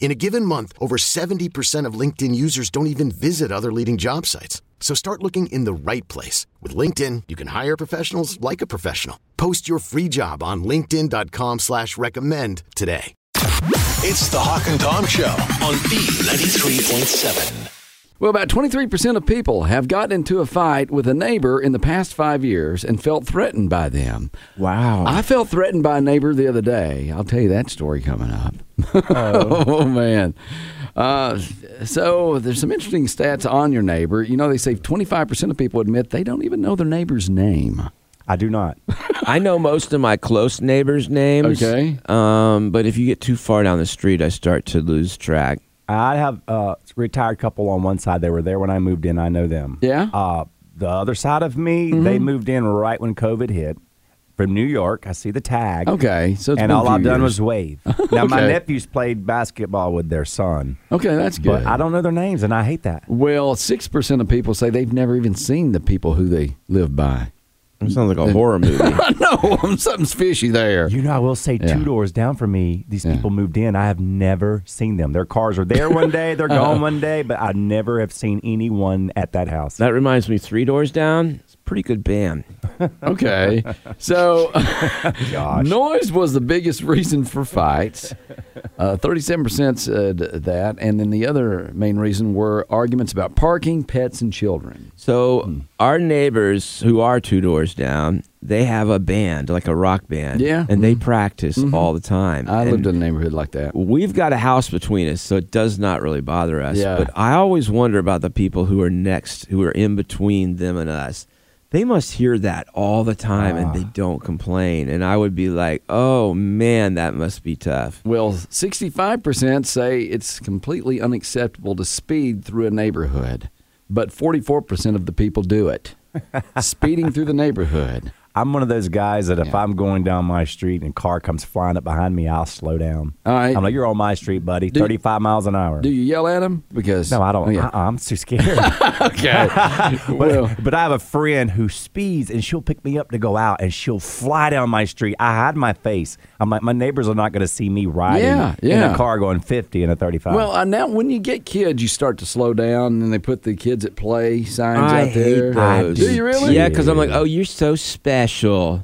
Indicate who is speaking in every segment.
Speaker 1: In a given month, over 70% of LinkedIn users don't even visit other leading job sites. So start looking in the right place. With LinkedIn, you can hire professionals like a professional. Post your free job on linkedin.com slash recommend today.
Speaker 2: It's the Hawk and Tom Show on B93.7.
Speaker 3: Well, about 23% of people have gotten into a fight with a neighbor in the past five years and felt threatened by them.
Speaker 4: Wow.
Speaker 3: I felt threatened by a neighbor the other day. I'll tell you that story coming up. Oh, man. Uh, so there's some interesting stats on your neighbor. You know, they say 25% of people admit they don't even know their neighbor's name.
Speaker 4: I do not.
Speaker 5: I know most of my close neighbors' names.
Speaker 3: Okay.
Speaker 5: Um, but if you get too far down the street, I start to lose track.
Speaker 4: I have a retired couple on one side. They were there when I moved in. I know them.
Speaker 3: Yeah? Mm-hmm.
Speaker 4: Uh, the other side of me, they moved in right when COVID hit from New York. I see the tag.
Speaker 3: Okay. So it's
Speaker 4: and
Speaker 3: been a
Speaker 4: all
Speaker 3: few
Speaker 4: I've done
Speaker 3: years.
Speaker 4: was wave. Now, my
Speaker 3: Okay.
Speaker 4: nephews played basketball with their son,
Speaker 3: Okay, that's good.
Speaker 4: but I don't know their names, and I hate that.
Speaker 3: Well, 6% of people say they've never even seen the people who they live by.
Speaker 5: It sounds like a horror movie.
Speaker 3: I know. Something's fishy there.
Speaker 4: You know, I will say
Speaker 3: Yeah.
Speaker 4: two doors down from me, these people moved in. I have never seen them. Their cars are there one day, they're gone one day, but I never have seen anyone at that house.
Speaker 5: that reminds me, Three Doors Down. It's a pretty good band.
Speaker 3: Okay. So
Speaker 4: Gosh.
Speaker 3: noise was the biggest reason for fights. Uh, 37% said that. And then the other main reason were arguments about parking, pets, and children.
Speaker 5: So our neighbors who are two doors down, they have a band, like a rock band.
Speaker 3: Yeah.
Speaker 5: And they practice all the time.
Speaker 3: I
Speaker 5: And
Speaker 3: lived in a neighborhood like that.
Speaker 5: We've got a house between us, so it does not really bother us.
Speaker 3: Yeah.
Speaker 5: But I always wonder about the people who are next, who are in between them and us. They must hear that all the time
Speaker 3: Ah.
Speaker 5: and they don't complain. And I would be like, oh man, that must be tough.
Speaker 3: Well, 65% say it's completely unacceptable to speed through a neighborhood, but 44% of the people do it. Speeding through the neighborhood.
Speaker 4: I'm one of those guys that if
Speaker 3: Yeah.
Speaker 4: I'm going down my street and a car comes flying up behind me, I'll slow down.
Speaker 3: All right.
Speaker 4: I'm like, you're on my street, buddy.
Speaker 3: Do you-
Speaker 4: 35 miles an hour.
Speaker 3: Do you yell at them? Because
Speaker 4: no, I don't.
Speaker 3: Oh, yeah.
Speaker 4: I, I'm too scared.
Speaker 3: okay. well,
Speaker 4: but, but I have a friend who speeds and she'll pick me up to go out and she'll fly down my street. I hide my face. I'm like, my neighbors are not going to see me riding
Speaker 3: Yeah,
Speaker 4: in
Speaker 3: yeah.
Speaker 4: a car going 50 and a 35.
Speaker 3: Well, uh, now when you get kids, you start to slow down, and then they put the kids at play signs
Speaker 5: I
Speaker 3: out
Speaker 5: hate
Speaker 3: there.
Speaker 5: those.
Speaker 3: Do you really?
Speaker 5: Yeah, because I'm like, oh, you're so special. Your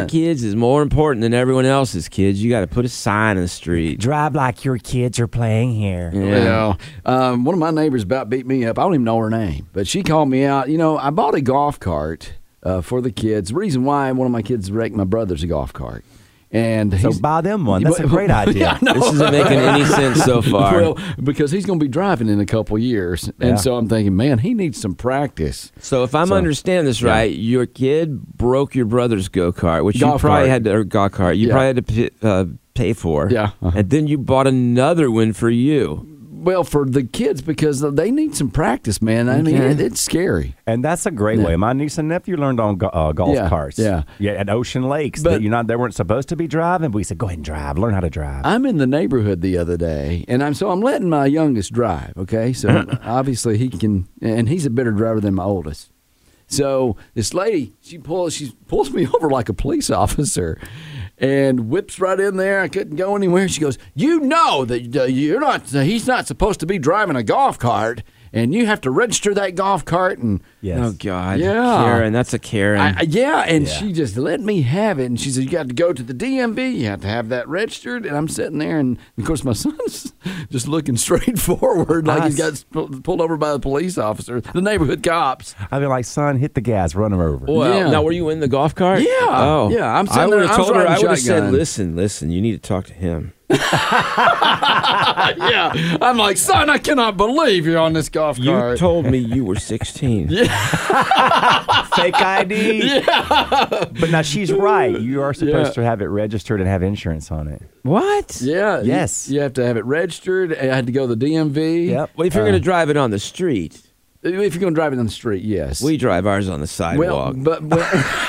Speaker 3: What?
Speaker 5: kids is more important than everyone else's kids. You got to put a sign in the street.
Speaker 4: drive like your kids are playing here.
Speaker 3: Yeah. Um, one of my neighbors about beat me up. I don't even know her name, but she called me out. You know, I bought a golf cart uh, for the kids. The reason why one of my kids wrecked my brother's a golf cart, and
Speaker 4: So
Speaker 3: he's,
Speaker 4: buy them one. That's a great
Speaker 3: Yeah, I
Speaker 4: idea.
Speaker 3: know.
Speaker 5: This isn't making any sense so far.
Speaker 3: Well, because he's going to be driving in a couple years, and
Speaker 4: Yeah.
Speaker 3: so I'm thinking, man, he needs some practice.
Speaker 5: So if I'm understanding this right, your kid broke your brother's go kart, which
Speaker 3: Golf
Speaker 5: you probably
Speaker 3: cart.
Speaker 5: had to or go kart. You
Speaker 3: Yeah.
Speaker 5: probably had to p- uh, pay for.
Speaker 3: Yeah, uh-huh.
Speaker 5: and then you bought another one for you.
Speaker 3: Well, for the kids because they need some practice, man. I mean,
Speaker 5: Okay.
Speaker 3: it, it's scary.
Speaker 4: And that's a great way. My niece and nephew learned on go- uh, golf
Speaker 3: Yeah,
Speaker 4: carts.
Speaker 3: yeah.
Speaker 4: yeah, at Ocean Lakes.
Speaker 3: But-
Speaker 4: that you're not. They weren't supposed to be driving. But we said, go ahead and drive. Learn how to drive.
Speaker 3: I'm in the neighborhood the other day, and I'm so I'm letting my youngest drive. Okay, so obviously he can, and he's a better driver than my oldest. So this lady, she pulls, she pulls me over like a police officer, and whips right in there. I couldn't go anywhere. She goes, "You know that uh, you're not. He's not supposed to be driving a golf cart." and you have to register that golf cart and
Speaker 4: Yes.
Speaker 5: Oh God,
Speaker 3: Yeah.
Speaker 5: Karen, that's a Karen.
Speaker 3: I, I- yeah, and
Speaker 4: Yeah.
Speaker 3: she just let me have it. And she said, "You got to go to the DMV. You have to have that registered." And I'm sitting there, and of course, my son's just looking straight forward, like he's got sp- pulled over by the police officer, the neighborhood cops.
Speaker 4: I'd be like, son, hit the gas, run him over.
Speaker 5: well,
Speaker 3: Yeah.
Speaker 5: now were you in the golf cart?
Speaker 3: Yeah.
Speaker 5: Oh,
Speaker 3: Yeah, I'm sitting
Speaker 5: I would
Speaker 3: there- I
Speaker 5: have
Speaker 3: was
Speaker 5: told her.
Speaker 3: riding
Speaker 5: I would have said,
Speaker 3: shotgun.
Speaker 5: "Listen, listen, you need to talk to him."
Speaker 3: yeah, I'm like, son, I cannot believe you're on this golf
Speaker 5: You
Speaker 3: cart.
Speaker 5: told me you were 16.
Speaker 4: Fake ID. But now she's right. You are supposed
Speaker 3: Yeah.
Speaker 4: to have it registered and have insurance on it.
Speaker 5: What?
Speaker 3: yeah, you-
Speaker 4: Yes.
Speaker 3: you, have to have it registered. I had to go to the DMV.
Speaker 4: Yep.
Speaker 5: Well,
Speaker 3: Uh.
Speaker 5: if you're going to drive it on the street,
Speaker 3: If you're going to drive it on the street, yes.
Speaker 5: we drive ours on the
Speaker 3: Well,
Speaker 5: sidewalk.
Speaker 3: but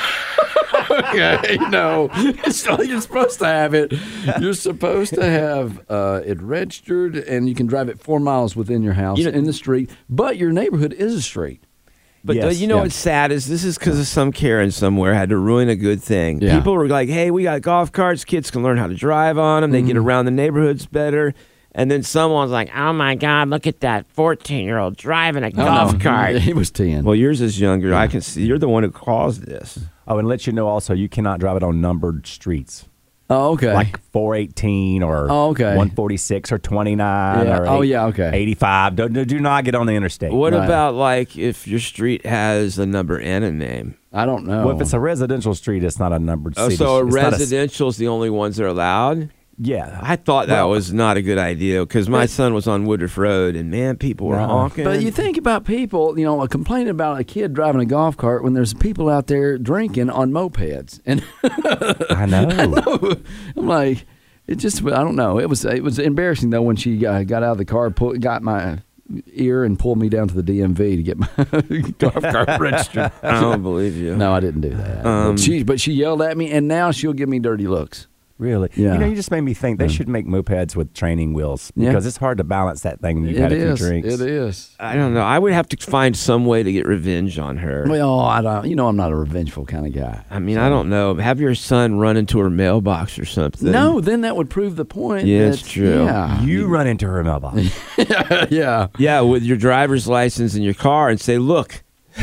Speaker 3: but- okay, no, it's not, you're supposed to have it. You're supposed to have uh, it registered, and you can drive it four miles within your house
Speaker 5: You know-
Speaker 3: in the street. But your neighborhood is a street.
Speaker 5: But
Speaker 4: Yes,
Speaker 5: uh, you know
Speaker 4: yeah.
Speaker 5: what's sad is this is because of some Karen somewhere had to ruin a good thing.
Speaker 3: Yeah.
Speaker 5: People were like, "Hey, we got golf carts. Kids can learn how to drive on them. They get around the neighborhoods better." And then someone's like, "Oh my God, look at that fourteen-year-old driving a
Speaker 4: Oh,
Speaker 5: golf cart."
Speaker 3: He was ten.
Speaker 5: well, yours is younger. I can see you're the one who caused this.
Speaker 4: Oh, and let you know also, you cannot drive it on numbered streets.
Speaker 3: oh, okay.
Speaker 4: Like 418 or
Speaker 3: Oh, okay.
Speaker 4: 146 or 29
Speaker 3: Yeah.
Speaker 4: or
Speaker 3: Oh, yeah, okay.
Speaker 4: 85. Don't, do not get on the interstate.
Speaker 5: What
Speaker 3: Right.
Speaker 5: about like if your street has a number and a name?
Speaker 3: I don't know.
Speaker 4: Well, if it's a residential street, it's not a numbered
Speaker 5: Oh,
Speaker 4: city.
Speaker 5: so a
Speaker 4: It's not
Speaker 5: residential is the only ones that are allowed.
Speaker 4: yeah.
Speaker 5: I thought that was not a good idea because my son was on Woodruff Road and man, people were
Speaker 4: No.
Speaker 5: honking.
Speaker 3: but you think about people, you know, complaining about a kid driving a golf cart when there's people out there drinking on mopeds, and
Speaker 4: I know.
Speaker 3: I'm like, it just, I don't know. It was, it was embarrassing though when she uh, got out of the car, pull, got my ear and pulled me down to the DMV to get my golf cart registered.
Speaker 5: I don't believe you.
Speaker 3: No, I didn't do that.
Speaker 4: Um,
Speaker 3: but she, but she yelled at me, and now she'll give me dirty looks.
Speaker 4: Really?
Speaker 3: Yeah.
Speaker 4: You know, you just made me think they should make mopeds with training wheels
Speaker 3: Yeah.
Speaker 4: because it's hard to balance that thing when you've had
Speaker 3: it
Speaker 4: a few
Speaker 3: is.
Speaker 4: drinks.
Speaker 3: It is.
Speaker 5: I don't know. I would have to find some way to get revenge on her.
Speaker 3: Well, I don't. You know, I'm not a revengeful kind of guy.
Speaker 5: I mean, I don't know. Have your son run into her mailbox or something.
Speaker 3: no, then that would prove the point.
Speaker 5: Yeah,
Speaker 3: that-
Speaker 5: it's true.
Speaker 3: Yeah,
Speaker 4: You run into her mailbox.
Speaker 3: yeah.
Speaker 5: Yeah, with your driver's license in your car and say, look,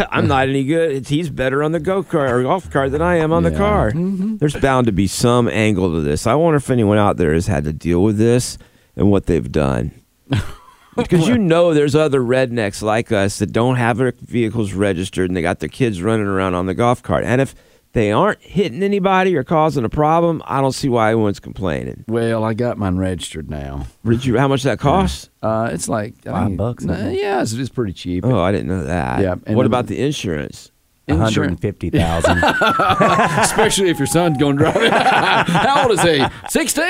Speaker 5: I'm not any good. He's better on the go kart or golf cart than I am on the
Speaker 3: Yeah. Mm-hmm.
Speaker 5: car. There's bound to be some angle to this. I wonder if anyone out there has had to deal with this and what they've done. Because you know there's other rednecks like us that don't have their vehicles registered and they got their kids running around on the golf cart. And if they aren't hitting anybody or causing a problem, I don't see why anyone's complaining.
Speaker 3: Well, I got mine registered now.
Speaker 5: Did you, how much that cost?
Speaker 3: Uh, it's like I
Speaker 4: Five
Speaker 3: think-
Speaker 4: bucks,
Speaker 3: Nah,
Speaker 4: I think.
Speaker 3: yeah, it's, it's pretty cheap.
Speaker 5: Oh, I didn't know that.
Speaker 3: Yeah, and
Speaker 5: What
Speaker 3: then-
Speaker 5: about the insurance?
Speaker 4: One
Speaker 3: Insurance-
Speaker 4: hundred and fifty thousand.
Speaker 3: especially if your son's going to drive it. How old is he? 16?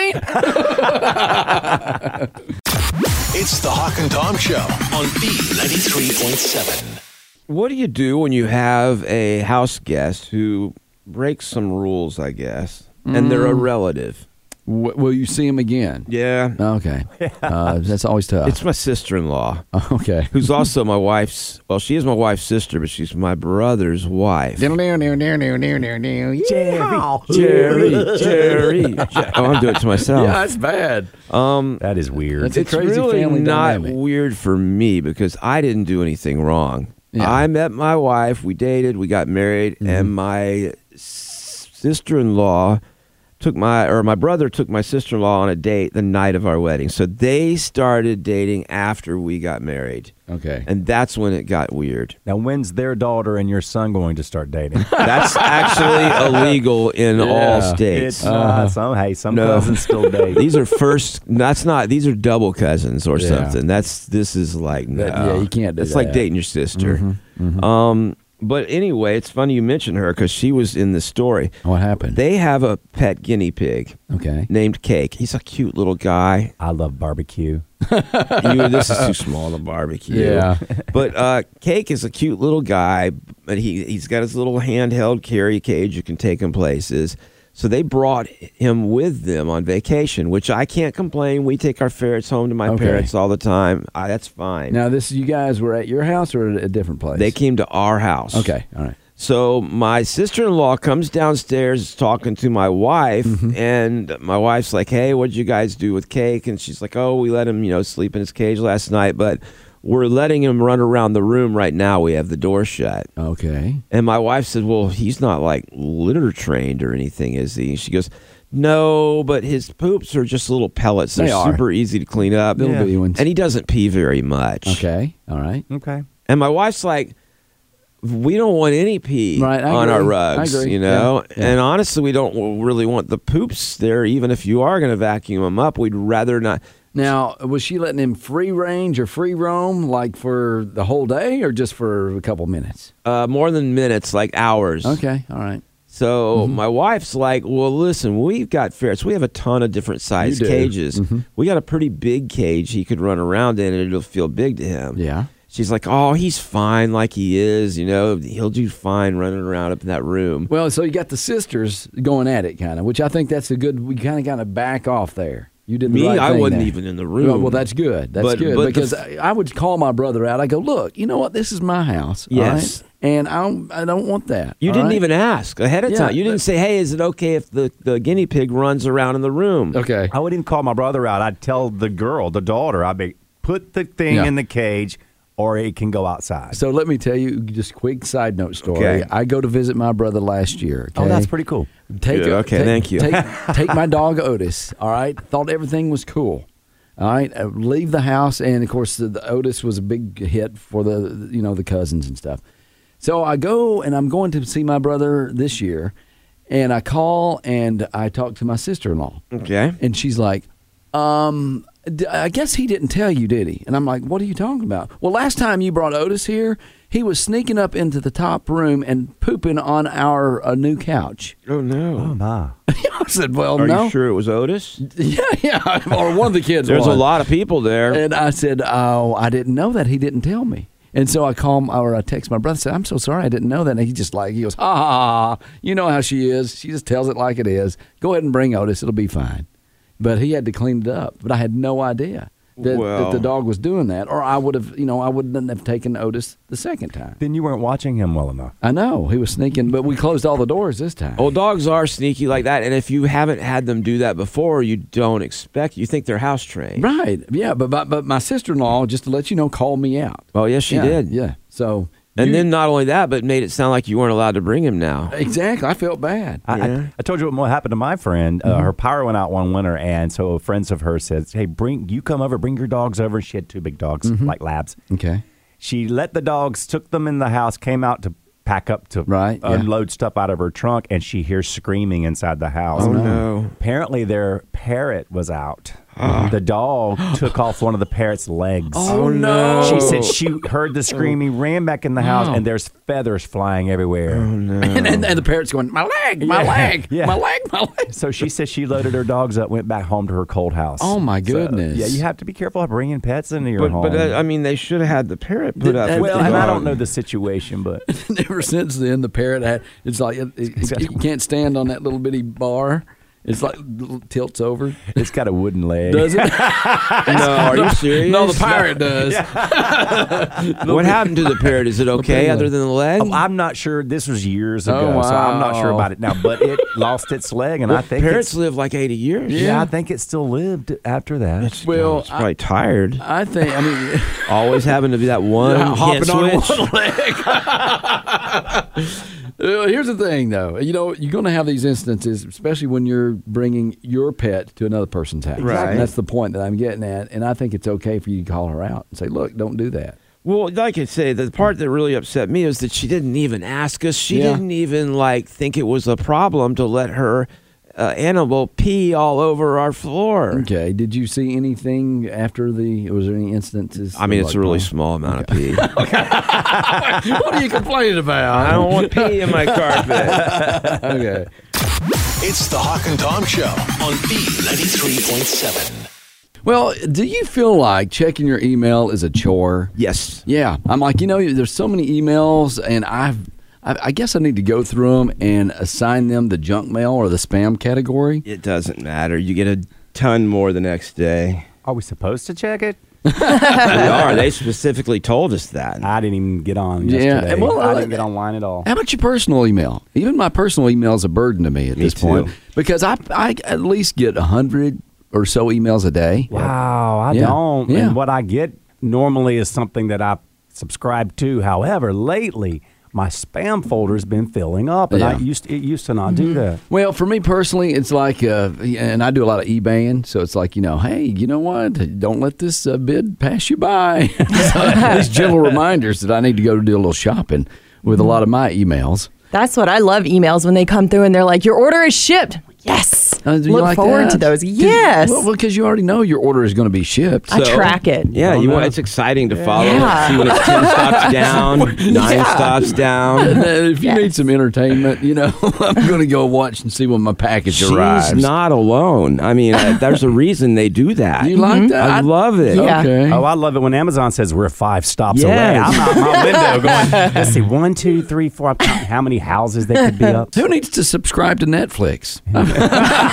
Speaker 2: It's the Hawk and Tom Show on B93.7.
Speaker 5: What do you do when you have a house guest who breaks some rules, I guess, and they're a relative?
Speaker 3: W- will you see him again?
Speaker 5: Yeah.
Speaker 3: Okay. Uh, that's always tough.
Speaker 5: It's my sister in law,
Speaker 3: okay.
Speaker 5: who's also my wife's, well, she is my wife's sister, but she's my brother's wife. Jerry, Jerry. oh, I'm doing it to myself.
Speaker 3: that's bad.
Speaker 5: Um,
Speaker 4: that is weird.
Speaker 3: That's- It's a crazy
Speaker 5: really
Speaker 3: family
Speaker 5: not
Speaker 3: dynamic.
Speaker 5: weird for me because I didn't do anything wrong.
Speaker 3: Yeah. Mm-hmm.
Speaker 5: I met my wife, we dated, we got married, and my sister in law took my or my brother took my sister in law on a date the night of our wedding. So they started dating after we got married,
Speaker 3: Okay.
Speaker 5: and that's when it got weird.
Speaker 4: now, when's their daughter and your son going to start dating?
Speaker 5: That's actually illegal in all states.
Speaker 4: It's
Speaker 3: Uh-huh.
Speaker 4: not some. Hey, some
Speaker 5: No.
Speaker 4: cousins still date.
Speaker 5: these are first. That's not. These are double cousins or
Speaker 3: Yeah.
Speaker 5: something. That's this is like no.
Speaker 3: That- yeah, you can't do
Speaker 5: It's like
Speaker 3: that. Mm-hmm,
Speaker 5: dating your sister. Um, but anyway, it's funny you mentioned her because she was in the story.
Speaker 3: What happened?
Speaker 5: They have a pet guinea pig
Speaker 3: okay.
Speaker 5: named Cake. He's a cute little guy.
Speaker 4: I love barbecue.
Speaker 5: You, this is too small to barbecue.
Speaker 3: Yeah.
Speaker 5: But uh, Cake is a cute little guy, but he he's got his little handheld carry cage. You can take him places. So they brought him with them on vacation, which I can't complain. We take our ferrets home to my
Speaker 3: Okay.
Speaker 5: parents all the time. I, that's fine.
Speaker 3: Now, this you guys were at your house or at a different place?
Speaker 5: they came to our house.
Speaker 3: Okay. All right.
Speaker 5: So my sister-in-law comes downstairs is talking to my wife,
Speaker 3: Mm-hmm.
Speaker 5: and my wife's like, "Hey, what'd you guys do with Cake?" And she's like, "Oh, we let him, you know, sleep in his cage last night, but We're letting him run around the room right now. We have the door shut.
Speaker 3: Okay.
Speaker 5: And my wife said, Well, he's not like litter trained or anything, is he? And she goes, No, but his poops are just little pellets. They're
Speaker 3: They are.
Speaker 5: super easy to clean up.
Speaker 3: Little bitty ones.
Speaker 5: And he doesn't pee very much.
Speaker 3: Okay. All right.
Speaker 4: Okay.
Speaker 5: And my wife's like, we don't want any pee
Speaker 3: Right, I
Speaker 5: on
Speaker 3: agree.
Speaker 5: our
Speaker 3: I
Speaker 5: rugs,
Speaker 3: agree.
Speaker 5: you know.
Speaker 3: Yeah, yeah.
Speaker 5: And honestly, we don't really want the poops there. Even if you are going to vacuum them up, we'd rather not.
Speaker 3: Now, was she letting him free range or free roam, like for the whole day, or just for a couple minutes?
Speaker 5: Uh, more than minutes, like hours.
Speaker 3: Okay. Mm-hmm. All right.
Speaker 5: So my wife's like, "Well, listen, we've got ferrets. We have a ton of different size
Speaker 3: do. Mm-hmm.
Speaker 5: cages. We got a pretty big cage he could run around in, and it'll feel big to him."
Speaker 3: Yeah.
Speaker 5: She's like, "Oh, he's fine, like he is. You know, he'll do fine running around up in that room."
Speaker 3: Well, so you got the sisters going at it, kind of, which I think that's a good. We kind of got to back off there. You did the
Speaker 5: Me,
Speaker 3: right
Speaker 5: I
Speaker 3: thing
Speaker 5: wasn't
Speaker 3: there.
Speaker 5: even in the room.
Speaker 3: Well, well, that's good. That's
Speaker 5: But-
Speaker 3: good
Speaker 5: but the
Speaker 3: because
Speaker 5: f-
Speaker 3: I I would call my brother out. I go, look, you know what? This is my house. all right?
Speaker 5: Yes.
Speaker 3: and I don't, I don't want that.
Speaker 5: You
Speaker 3: all
Speaker 5: didn't
Speaker 3: right?
Speaker 5: even ask ahead of
Speaker 3: Yeah,
Speaker 5: time. You didn't
Speaker 3: but-
Speaker 5: say, "Hey, is it okay if the, the guinea pig runs around in the room?"
Speaker 3: Okay.
Speaker 4: I wouldn't call my brother out. I'd tell the girl, the daughter, I'd be put the thing
Speaker 3: Yeah.
Speaker 4: in the cage or it can go outside.
Speaker 3: So let me tell you just quick side note story.
Speaker 4: Okay.
Speaker 3: I go to visit my brother last year.
Speaker 4: Oh,
Speaker 3: okay?
Speaker 4: that's pretty cool.
Speaker 3: Take
Speaker 5: Good. Okay,
Speaker 3: take-
Speaker 5: thank you.
Speaker 3: Take, take my dog Otis. All right, thought everything was cool. All right, Uh, leave the house, and of course, the, the Otis was a big hit for the you know the cousins and stuff. So I go and I'm going to see my brother this year, and I call and I talk to my sister in law.
Speaker 5: Okay.
Speaker 3: And she's like, um, d- I guess he didn't tell you, did he? And I'm like, what are you talking about? Well, last time you brought Otis here, he was sneaking up into the top room and pooping on our uh, new couch.
Speaker 5: Oh
Speaker 4: Oh
Speaker 5: no.
Speaker 4: my.
Speaker 3: I said, well,
Speaker 5: Are
Speaker 3: no.
Speaker 5: you sure it was Otis?
Speaker 3: Yeah, yeah. Or one of the kids.
Speaker 5: There's a
Speaker 3: was.
Speaker 5: lot of people there.
Speaker 3: And I said, oh, I didn't know that. He didn't tell me. And so I call him or I text my brother. Said, I'm so sorry, I didn't know that. And he just like he goes, ha ha ha. You know how she is. She just tells it like it is. Go ahead and bring Otis. It'll be fine. But he had to clean it up. But I had no idea that,
Speaker 5: Well.
Speaker 3: that the dog was doing that, or I would have, you know, I wouldn't have taken Otis the second time.
Speaker 4: Then you weren't watching him well enough.
Speaker 3: I know he was sneaking, but we closed all the doors this time.
Speaker 5: Well, dogs are sneaky like that, and if you haven't had them do that before, you don't expect. You think they're house trained.
Speaker 3: right? Yeah, but but, but my sister in law, just to let you know, called me out.
Speaker 5: Well, yes, she
Speaker 3: Yeah,
Speaker 5: did.
Speaker 3: Yeah. So
Speaker 5: And
Speaker 3: you-
Speaker 5: then not only that, but made it sound like you weren't allowed to bring him now.
Speaker 3: exactly, I felt bad.
Speaker 4: I, I-
Speaker 5: Yeah. Mm-hmm.
Speaker 4: I, told you what happened to my friend. Uh, her power went out one winter, and so friends of hers says, "Hey, bring you come over, bring your dogs over." She had two big dogs,
Speaker 5: Mm-hmm.
Speaker 4: like labs.
Speaker 3: Okay.
Speaker 4: She let the dogs, took them in the house, came out to pack up to
Speaker 3: Right, yeah.
Speaker 4: unload stuff out of her trunk, and she hears screaming inside the house.
Speaker 5: Oh, no. Ah.
Speaker 4: Apparently, their parrot was out. the dog took off one of the parrot's legs.
Speaker 5: Oh, no. Oh.
Speaker 4: She said she heard the screaming, ran back in the house, and there's feathers flying everywhere.
Speaker 5: Oh,
Speaker 3: And, and, and the parrot's going, my leg, my
Speaker 4: Yeah,
Speaker 3: leg,
Speaker 4: yeah.
Speaker 3: my leg, my leg.
Speaker 4: So she says she loaded her dogs up, went back home to her cold house.
Speaker 3: Oh, my
Speaker 4: So,
Speaker 3: goodness.
Speaker 4: yeah, you have to be careful about bringing pets into your
Speaker 5: But,
Speaker 4: home. uh,
Speaker 5: but uh, I mean, they should have had the parrot put up. with
Speaker 4: well,
Speaker 5: the
Speaker 4: and I
Speaker 5: dog.
Speaker 4: don't know the situation, but
Speaker 3: Ever since then, the parrot had, it's like, it, it, it- you can't stand on that little bitty bar. It's like l- tilts over.
Speaker 4: it's got a wooden leg.
Speaker 3: Does it?
Speaker 5: No, are you serious?
Speaker 3: no, the pirate does.
Speaker 5: What happened to the parrot? Is it okay other than the leg?
Speaker 4: Oh, I'm not sure. This was years
Speaker 3: Oh,
Speaker 4: ago, so I'm not sure
Speaker 3: wow.
Speaker 4: about it now. But it lost its leg, and I think
Speaker 5: Parrots
Speaker 4: it's,
Speaker 5: live like 80 years.
Speaker 4: yeah.
Speaker 3: Yeah.
Speaker 4: I think it still lived after that.
Speaker 5: Oh,
Speaker 3: Well,
Speaker 5: it's
Speaker 3: I,
Speaker 5: probably tired.
Speaker 3: I think, I mean,
Speaker 5: Always having to be that one.
Speaker 3: Yeah,
Speaker 5: you
Speaker 3: hopping
Speaker 5: can't
Speaker 3: on
Speaker 5: switch.
Speaker 3: one leg. Uh, Here's the thing, though. You know, you're going to have these instances, especially when you're bringing your pet to another person's house.
Speaker 5: Right.
Speaker 3: And that's the point that I'm getting at. And I think it's okay for you to call her out and say, look, don't do that.
Speaker 5: Well, like I say, the part that really upset me is that she didn't even ask us. She
Speaker 3: Yeah.
Speaker 5: didn't even like think it was a problem to let her uh, animal pee all over our floor.
Speaker 3: Okay. Did you see anything after the, was there any instances?
Speaker 5: I mean, it's
Speaker 3: like
Speaker 5: a really
Speaker 3: that?
Speaker 5: small amount of pee.
Speaker 3: what are you complaining about?
Speaker 5: I don't want pee in my carpet.
Speaker 3: okay.
Speaker 2: It's the Hawk and Tom Show on E B93.7.
Speaker 3: Well, do you feel like checking your email is a chore?
Speaker 5: yes.
Speaker 3: Yeah, I'm like, you know, there's so many emails, and I've, I, I guess I need to go through them and assign them the junk mail or the spam category.
Speaker 5: It doesn't matter. You get a ton more the next day.
Speaker 4: Are we supposed to check it?
Speaker 5: they are. They specifically told us that.
Speaker 4: I didn't even get on
Speaker 3: Yeah,
Speaker 4: yesterday.
Speaker 3: and well, uh,
Speaker 4: I
Speaker 3: I-
Speaker 4: didn't get online at all.
Speaker 3: How about your personal email? Even my personal email is a burden to me at
Speaker 5: Me
Speaker 3: this point
Speaker 5: too.
Speaker 3: because I, I at least get a hundred or so emails a day.
Speaker 4: Wow, I
Speaker 3: Yeah.
Speaker 4: don't.
Speaker 3: Yeah.
Speaker 4: And what I get normally is something that I subscribe to. However, lately my spam folder's been filling up, and I
Speaker 3: Yeah. Mm-hmm.
Speaker 4: used it used to not do that.
Speaker 3: Well, for me personally, it's like, uh, and I do a lot of eBaying, so it's like, you know, hey, you know what? Don't let this uh, bid pass you by. So, These gentle reminders that I need to go do a little shopping with a lot of my emails.
Speaker 6: That's what I love emails when they come through and they're like, your order is shipped. Yes.
Speaker 3: Uh, do you
Speaker 6: Look
Speaker 3: like
Speaker 6: forward
Speaker 3: that?
Speaker 6: to those.
Speaker 3: 'Cause-
Speaker 6: Yes.
Speaker 3: Well, because you already know your order is going to be shipped.
Speaker 6: I track it.
Speaker 5: Yeah, you want, it's exciting to follow.
Speaker 6: Yeah.
Speaker 5: See when it's 10 stops down, 9 stops down.
Speaker 3: Uh, if you need some entertainment, you know, I'm going to go watch and see when my package
Speaker 5: She's
Speaker 3: arrives.
Speaker 5: not alone. I mean, uh, there's a reason they do that. Mm-hmm.
Speaker 3: You like that?
Speaker 5: I love it.
Speaker 6: Yeah.
Speaker 3: Okay.
Speaker 4: Oh, I love it when Amazon says we're five stops away.
Speaker 5: Yes.
Speaker 4: I'm out my window going, let's see, one, two, three, four. I'm counting how many houses they could be up. to.
Speaker 3: Who needs to subscribe to Netflix? Ah,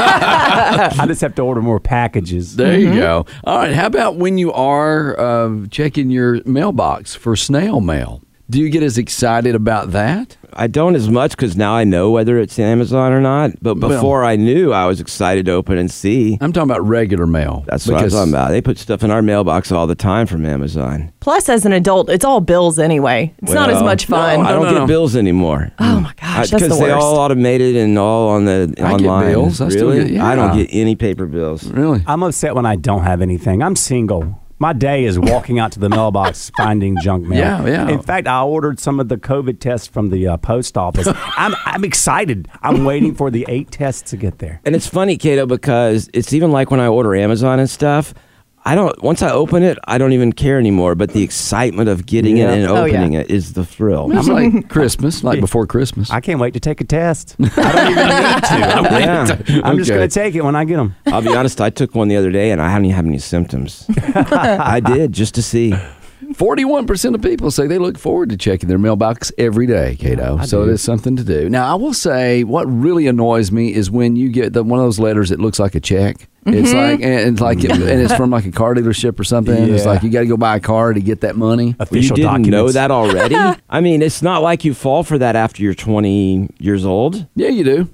Speaker 4: I just have to order more packages.
Speaker 3: There you go. All right. How about when you are uh, checking your mailbox for snail mail? Do you get as excited about that?
Speaker 5: I don't as much because now I know whether it's Amazon or not. But
Speaker 3: Well-
Speaker 5: before I knew, I was excited to open and see.
Speaker 3: I'm talking about regular mail.
Speaker 5: That's what I'm talking about. They put stuff in our mailbox all the time from Amazon.
Speaker 6: Plus, as an adult, it's all bills anyway. It's not as
Speaker 5: Well,
Speaker 6: much fun.
Speaker 5: I don't
Speaker 3: no,
Speaker 5: get
Speaker 3: no. Ah,
Speaker 5: bills anymore.
Speaker 6: Oh my gosh, that's
Speaker 5: Because
Speaker 6: the
Speaker 5: they all
Speaker 6: worst.
Speaker 5: automated and all on the
Speaker 3: I get
Speaker 5: online.
Speaker 3: bills. I
Speaker 5: really?
Speaker 3: still get-
Speaker 5: I don't
Speaker 3: yeah.
Speaker 5: get any paper bills.
Speaker 3: Really?
Speaker 4: I'm upset when I don't have anything. I'm single. My day is walking out to the mailbox finding junk mail.
Speaker 3: Yeah, yeah.
Speaker 4: In fact, I ordered some of the COVID tests from the uh, post office. I'm, I'm excited. I'm waiting for the eight tests to get there.
Speaker 5: And it's funny, Kato, because it's even like when I order Amazon and stuff. I don't. Once I open it, I don't even care anymore. But the excitement of getting it and
Speaker 6: Oh, yeah.
Speaker 5: opening it is the thrill.
Speaker 3: It's like Christmas, like before Christmas.
Speaker 4: I can't wait to take a test. I don't even need to. I'm,
Speaker 5: Yeah.
Speaker 4: I'm just
Speaker 3: Okay.
Speaker 4: going to take it when I get them.
Speaker 5: I'll be honest. I took one the other day, and I didn't even have any symptoms. I did just to see.
Speaker 3: 41% of people say they look forward to checking their mailbox every day, Kato. so it is something to do. Now, I will say what really annoys me is when you get the, one of those letters that looks like a check. It's like, and it's like, and it's from like a car dealership or something. It's
Speaker 4: Yeah.
Speaker 3: like, you got to go buy a car to get that money.
Speaker 5: Well, you
Speaker 4: Official
Speaker 5: didn't know
Speaker 4: documents.
Speaker 5: that already. I mean, it's not like you fall for that after you're 20 years old.
Speaker 3: Yeah, you do.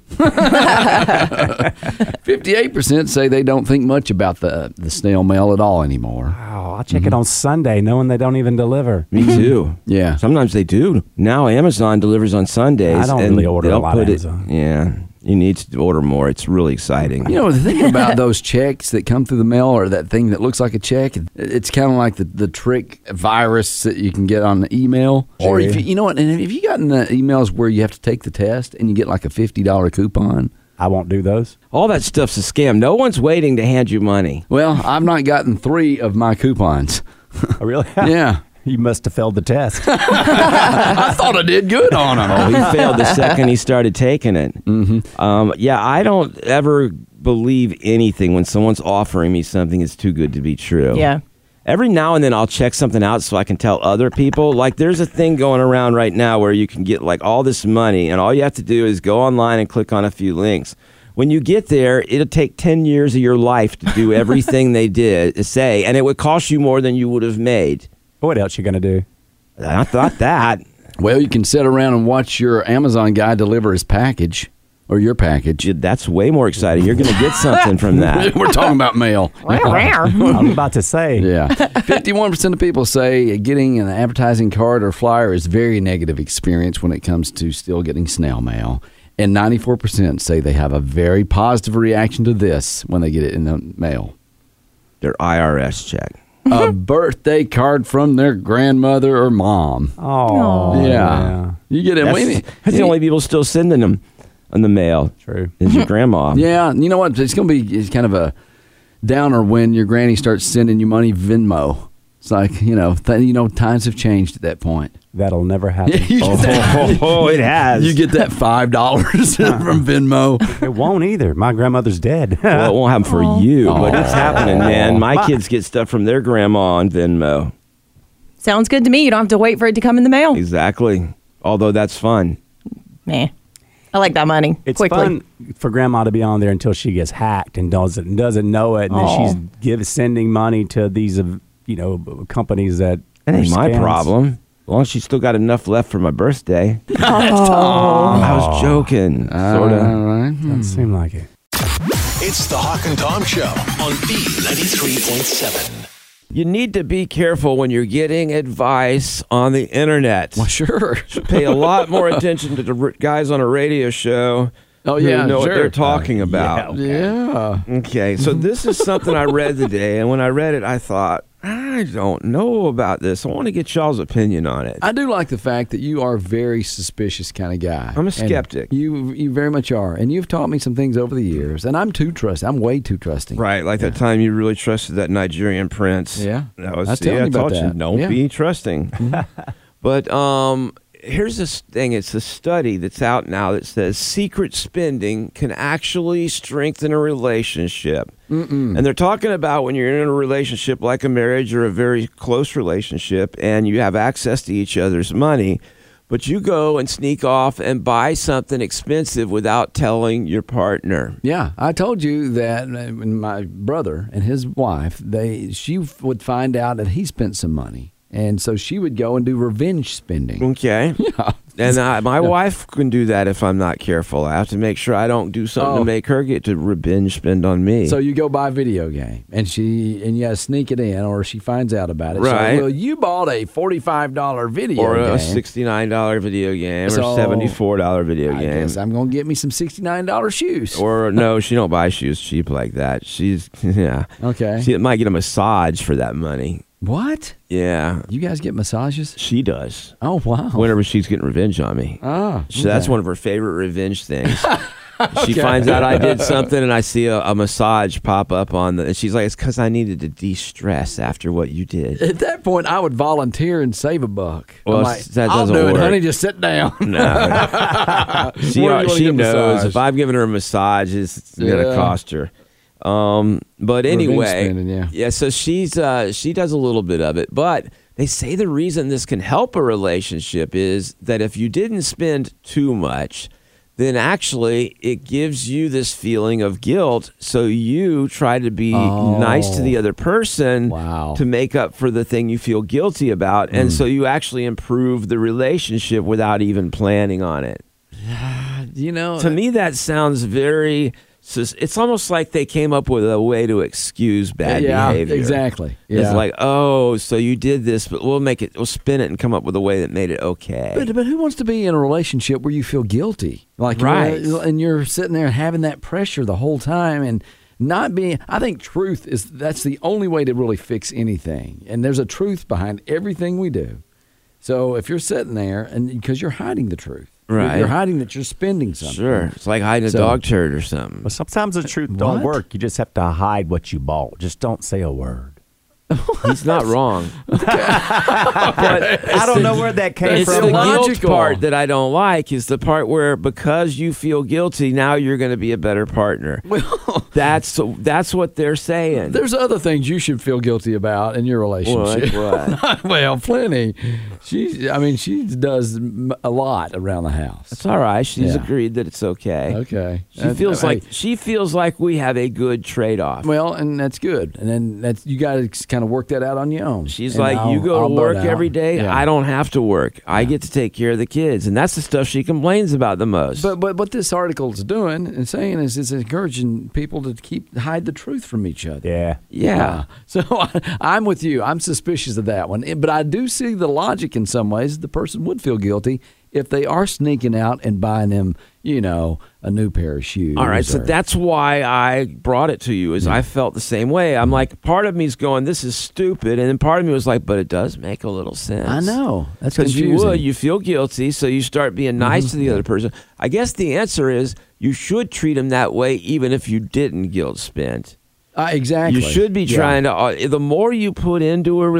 Speaker 3: Fifty-eight percent say they don't think much about the the snail mail at all anymore.
Speaker 4: Oh, I'll check it
Speaker 3: Mm-hmm.
Speaker 4: on Sunday knowing they don't even deliver.
Speaker 5: Me
Speaker 6: Mm-hmm.
Speaker 5: too.
Speaker 3: Yeah.
Speaker 5: Sometimes they do. Now Amazon delivers on Sundays.
Speaker 4: I don't
Speaker 5: and
Speaker 4: really order a
Speaker 5: they'll
Speaker 4: lot
Speaker 5: put
Speaker 4: of
Speaker 5: it-
Speaker 4: Amazon.
Speaker 5: yeah, you need to order more. It's really exciting.
Speaker 3: You know, the thing about those checks that come through the mail or that thing that looks like a check, it's kind of like the, the trick virus that you can get on the email. Or if you, you know what, and have you gotten the emails where you have to take the test and you get like a $50 coupon?
Speaker 4: I won't do those.
Speaker 5: All that stuff's a scam. No one's waiting to hand you money.
Speaker 3: Well, I've not gotten three of my coupons.
Speaker 4: I Oh, really?
Speaker 3: Yeah.
Speaker 4: you must have failed the test.
Speaker 3: I thought I did good on them.
Speaker 5: Oh, he failed the second he started taking it. Mm-hmm. Um, yeah, I don't ever believe anything when someone's offering me something that's too good to be true.
Speaker 6: Yeah.
Speaker 5: Every now and then I'll check something out so I can tell other people. Like there's a thing going around right now where you can get like all this money and all you have to do is go online and click on a few links. When you get there, it'll take 10 years of your life to do everything they did say and it would cost you more than you would have made.
Speaker 4: what else you going to do?
Speaker 5: I thought that.
Speaker 3: Well, you can sit around and watch your Amazon guy deliver his package or your package.
Speaker 5: Gee, That's way more exciting. You're going to get something from that.
Speaker 3: We're talking about mail.
Speaker 4: I'm about to say.
Speaker 3: Yeah. 51% of people say getting an advertising card or flyer is very negative experience when it comes to still getting snail mail. And 94% say they have a very positive reaction to this when they get it in the mail.
Speaker 5: Their IRS check.
Speaker 3: a birthday card from their grandmother or mom.
Speaker 4: Oh,
Speaker 3: yeah. You get it.
Speaker 5: That's,
Speaker 3: any-
Speaker 5: that's the only people still sending them in the mail.
Speaker 4: True.
Speaker 5: Is your grandma.
Speaker 3: Yeah, and you know what? It's going to be it's kind of a downer when your granny starts sending you money Venmo. It's like you know, th- you know, times have changed at that point.
Speaker 4: That'll never happen.
Speaker 3: you, get that,
Speaker 5: Oh, it has.
Speaker 3: you get that five dollars from Venmo.
Speaker 4: It won't either. My grandmother's dead.
Speaker 5: Well, it won't happen for you, but it's
Speaker 3: Aw.
Speaker 5: happening, man. My kids get stuff from their grandma on Venmo.
Speaker 6: Sounds good to me. You don't have to wait for it to come in the mail.
Speaker 5: Exactly. Although that's fun.
Speaker 6: Meh. I like that money.
Speaker 4: it's
Speaker 6: Quickly.
Speaker 4: fun for grandma to be on there until she gets hacked and doesn't doesn't know it, and
Speaker 6: Aw.
Speaker 4: then she's give, sending money to these uh, you know companies that.
Speaker 5: That ain't
Speaker 4: are
Speaker 5: my
Speaker 4: scams.
Speaker 5: problem. As long as she's still got enough left for my birthday. I was joking, sort of.
Speaker 3: All right.
Speaker 4: Doesn't seem like it.
Speaker 2: It's the Hawk and Tom Show on B93.7.
Speaker 5: You need to be careful when you're getting advice on the internet.
Speaker 3: Well, sure.
Speaker 5: Pay a lot more attention to the r- guys on a radio show.
Speaker 3: Oh,
Speaker 5: who
Speaker 3: yeah,
Speaker 5: know what
Speaker 3: sure. Uh,
Speaker 5: they're talking about.
Speaker 3: Yeah.
Speaker 5: Okay, so this is something I read today, and when I read it, I thought, I don't know about this. I want to get y'all's opinion on it.
Speaker 3: I do like the fact that you are a very suspicious kind of guy.
Speaker 5: I'm a
Speaker 3: And
Speaker 5: skeptic.
Speaker 3: You you very much are, and you've taught me some things over the years. And I'm too trusting. I'm way too trusting.
Speaker 5: Right, like that time you really trusted that Nigerian prince.
Speaker 3: Yeah.
Speaker 5: that was.
Speaker 3: I was telling
Speaker 5: yeah,
Speaker 3: you
Speaker 5: I
Speaker 3: about
Speaker 5: told you,
Speaker 3: that.
Speaker 5: don't
Speaker 3: Yeah. Mm-hmm.
Speaker 5: be trusting. but um, here's this thing: it's a study that's out now that says secret spending can actually strengthen a relationship. And they're talking about when you're in a relationship like a marriage or a very close relationship, and you have access to each other's money. But you go and sneak off and buy something expensive without telling your partner.
Speaker 3: Yeah, I told you that uh, when my brother and his wife, they she f- would find out that he spent some money, and so she would go and do revenge spending.
Speaker 5: Okay.
Speaker 3: Yeah.
Speaker 5: And I, my wife can do that if I'm not careful. I have to make sure I don't do something
Speaker 3: Oh.
Speaker 5: to make her get to revenge spend on me.
Speaker 3: So you go buy a video game, and she and you gotta sneak it in, or she finds out about it.
Speaker 5: Right.
Speaker 3: So, well, you bought a forty-five dollar video
Speaker 5: or
Speaker 3: game.
Speaker 5: a sixty-nine dollar video game,
Speaker 3: So-
Speaker 5: or seventy-four dollar video
Speaker 3: I
Speaker 5: game,
Speaker 3: guess I'm gonna get me some sixty-nine dollar shoes.
Speaker 5: or no, she don't buy shoes cheap like that. She's yeah,
Speaker 3: Okay.
Speaker 5: she might get a massage for that money.
Speaker 3: what?
Speaker 5: Yeah,
Speaker 3: You guys get massages?
Speaker 5: she does.
Speaker 3: Oh wow.
Speaker 5: Whenever she's getting revenge on me,
Speaker 3: Ah,
Speaker 5: So that's
Speaker 3: okay.
Speaker 5: one of her favorite revenge things. She finds out I did something, and I see a, a massage pop up on the. And she's like, "It's because I needed to de-stress after what you did."
Speaker 3: At that point, I would volunteer and save a buck.
Speaker 5: Well,
Speaker 3: I'm like,
Speaker 5: s- that
Speaker 3: I'll
Speaker 5: doesn't
Speaker 3: do it,
Speaker 5: work.
Speaker 3: honey. Just sit down.
Speaker 5: No, she,
Speaker 3: Where do you wanna
Speaker 5: she
Speaker 3: get
Speaker 5: knows
Speaker 3: massaged?
Speaker 5: if I've given her a massage, it's, gonna
Speaker 3: Yeah.
Speaker 5: cost her. Um, but
Speaker 3: Revenge
Speaker 5: anyway,
Speaker 3: spending, yeah.
Speaker 5: So she's uh, she does a little bit of it, but they say the reason this can help a relationship is that if you didn't spend too much, then actually it gives you this feeling of guilt. So you try to be nice to the other person
Speaker 3: Wow. Mm.
Speaker 5: to make up for the thing you feel guilty about, and so you actually improve the relationship without even planning on it
Speaker 3: you know,
Speaker 5: to me that sounds very sus- it's almost like they came up with a way to excuse bad
Speaker 3: yeah,
Speaker 5: behavior
Speaker 3: exactly. Yeah.
Speaker 5: it's like oh so you did this but we'll make it we'll spin it and come up with a way that made it okay
Speaker 3: But, but who wants to be in a relationship where you feel guilty? Like, you're- uh,
Speaker 5: Right.
Speaker 3: and you're sitting there having that pressure the whole time and not being. I think truth is that's the only way to really fix anything. And there's a truth behind everything we do. So if you're sitting there and because you're hiding the truth, You're-
Speaker 5: Right.
Speaker 3: You're hiding that you're spending something.
Speaker 5: sure it's like hiding a
Speaker 3: So-
Speaker 5: dog turd or something
Speaker 4: But sometimes the truth don't
Speaker 3: What?
Speaker 4: work. You just have to hide what you bought. Just don't say a word.
Speaker 5: he's not wrong but
Speaker 4: I don't know where that came
Speaker 5: it's
Speaker 3: It's
Speaker 5: the
Speaker 4: from.
Speaker 5: guilt
Speaker 3: illogical.
Speaker 5: part that I don't like is the part where because you feel guilty now you're going to be a better partner.
Speaker 3: Well,
Speaker 5: That's that's what they're saying.
Speaker 3: there's other things you should feel guilty about in your relationship.
Speaker 5: What? What?
Speaker 3: well, plenty. She, I mean, she does m- a lot around the house.
Speaker 5: It's all right. She's
Speaker 3: Yeah.
Speaker 5: agreed that it's okay.
Speaker 3: Okay,
Speaker 5: She feels
Speaker 3: Uh,
Speaker 5: like
Speaker 3: hey,
Speaker 5: she feels like we have a good trade off.
Speaker 3: well, and that's good. And then that's you got to kind of work that out on your own.
Speaker 5: She's
Speaker 3: And
Speaker 5: like,
Speaker 3: I'll-
Speaker 5: you go
Speaker 3: I'll
Speaker 5: to
Speaker 3: burn
Speaker 5: work
Speaker 3: out."
Speaker 5: every day.
Speaker 3: Yeah.
Speaker 5: I don't have to work. I get to take care of the kids, and that's the stuff she complains about the most.
Speaker 3: But but what this article's doing and saying is it's encouraging people to keep hide the truth from each other.
Speaker 4: Yeah.
Speaker 5: yeah,
Speaker 3: So I, I'm with you. I'm suspicious of that one. But I do see the logic in some ways. The person would feel guilty if they are sneaking out and buying them, you know, a new pair of shoes.
Speaker 5: all right. So
Speaker 3: or-
Speaker 5: that's why I brought it to you. Is
Speaker 3: Hmm.
Speaker 5: I felt the same way. I'm like, part of me's going, this is stupid, and then part of me was like, but it does make a little sense.
Speaker 3: I know. That's
Speaker 5: Because you
Speaker 3: confusing. Mm-hmm.
Speaker 5: would, you feel guilty, so you start being nice to the other person. I guess the answer is you should treat them that way, even if you didn't guilt spend.
Speaker 3: Uh, exactly.
Speaker 5: You should be
Speaker 3: Yeah.
Speaker 5: trying to. uh, The more you put into a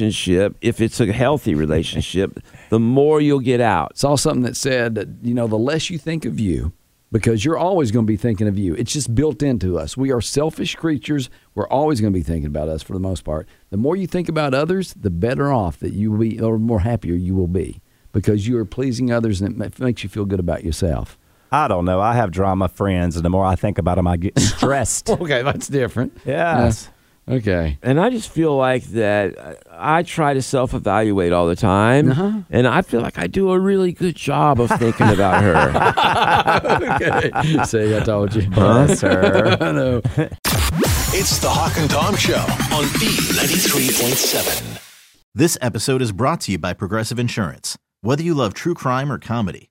Speaker 5: relationship, if it's a healthy relationship, the more you'll get out.
Speaker 3: Saw something that said that you know the less you think of you, because you're always going to be thinking of you. It's just built into us. We are selfish creatures. We're always going to be thinking about us for the most part. The more you think about others, the better off that you will be, or more happier you will be, because you are pleasing others, and it ma- makes you feel good about yourself.
Speaker 4: I don't know. I have drama friends, and the more I think about them, I get stressed.
Speaker 3: Okay, that's different.
Speaker 4: yes.
Speaker 3: Yeah. Okay.
Speaker 5: And I just feel like that uh, I try to self evaluate all the time. And I feel like I do a really good job of thinking about her.
Speaker 3: okay. See, I told you.
Speaker 4: Yes, sir.
Speaker 3: I know.
Speaker 2: It's the Hawk and Tom Show on B93.7.
Speaker 7: This episode is brought to you by Progressive Insurance. Whether you love true crime or comedy,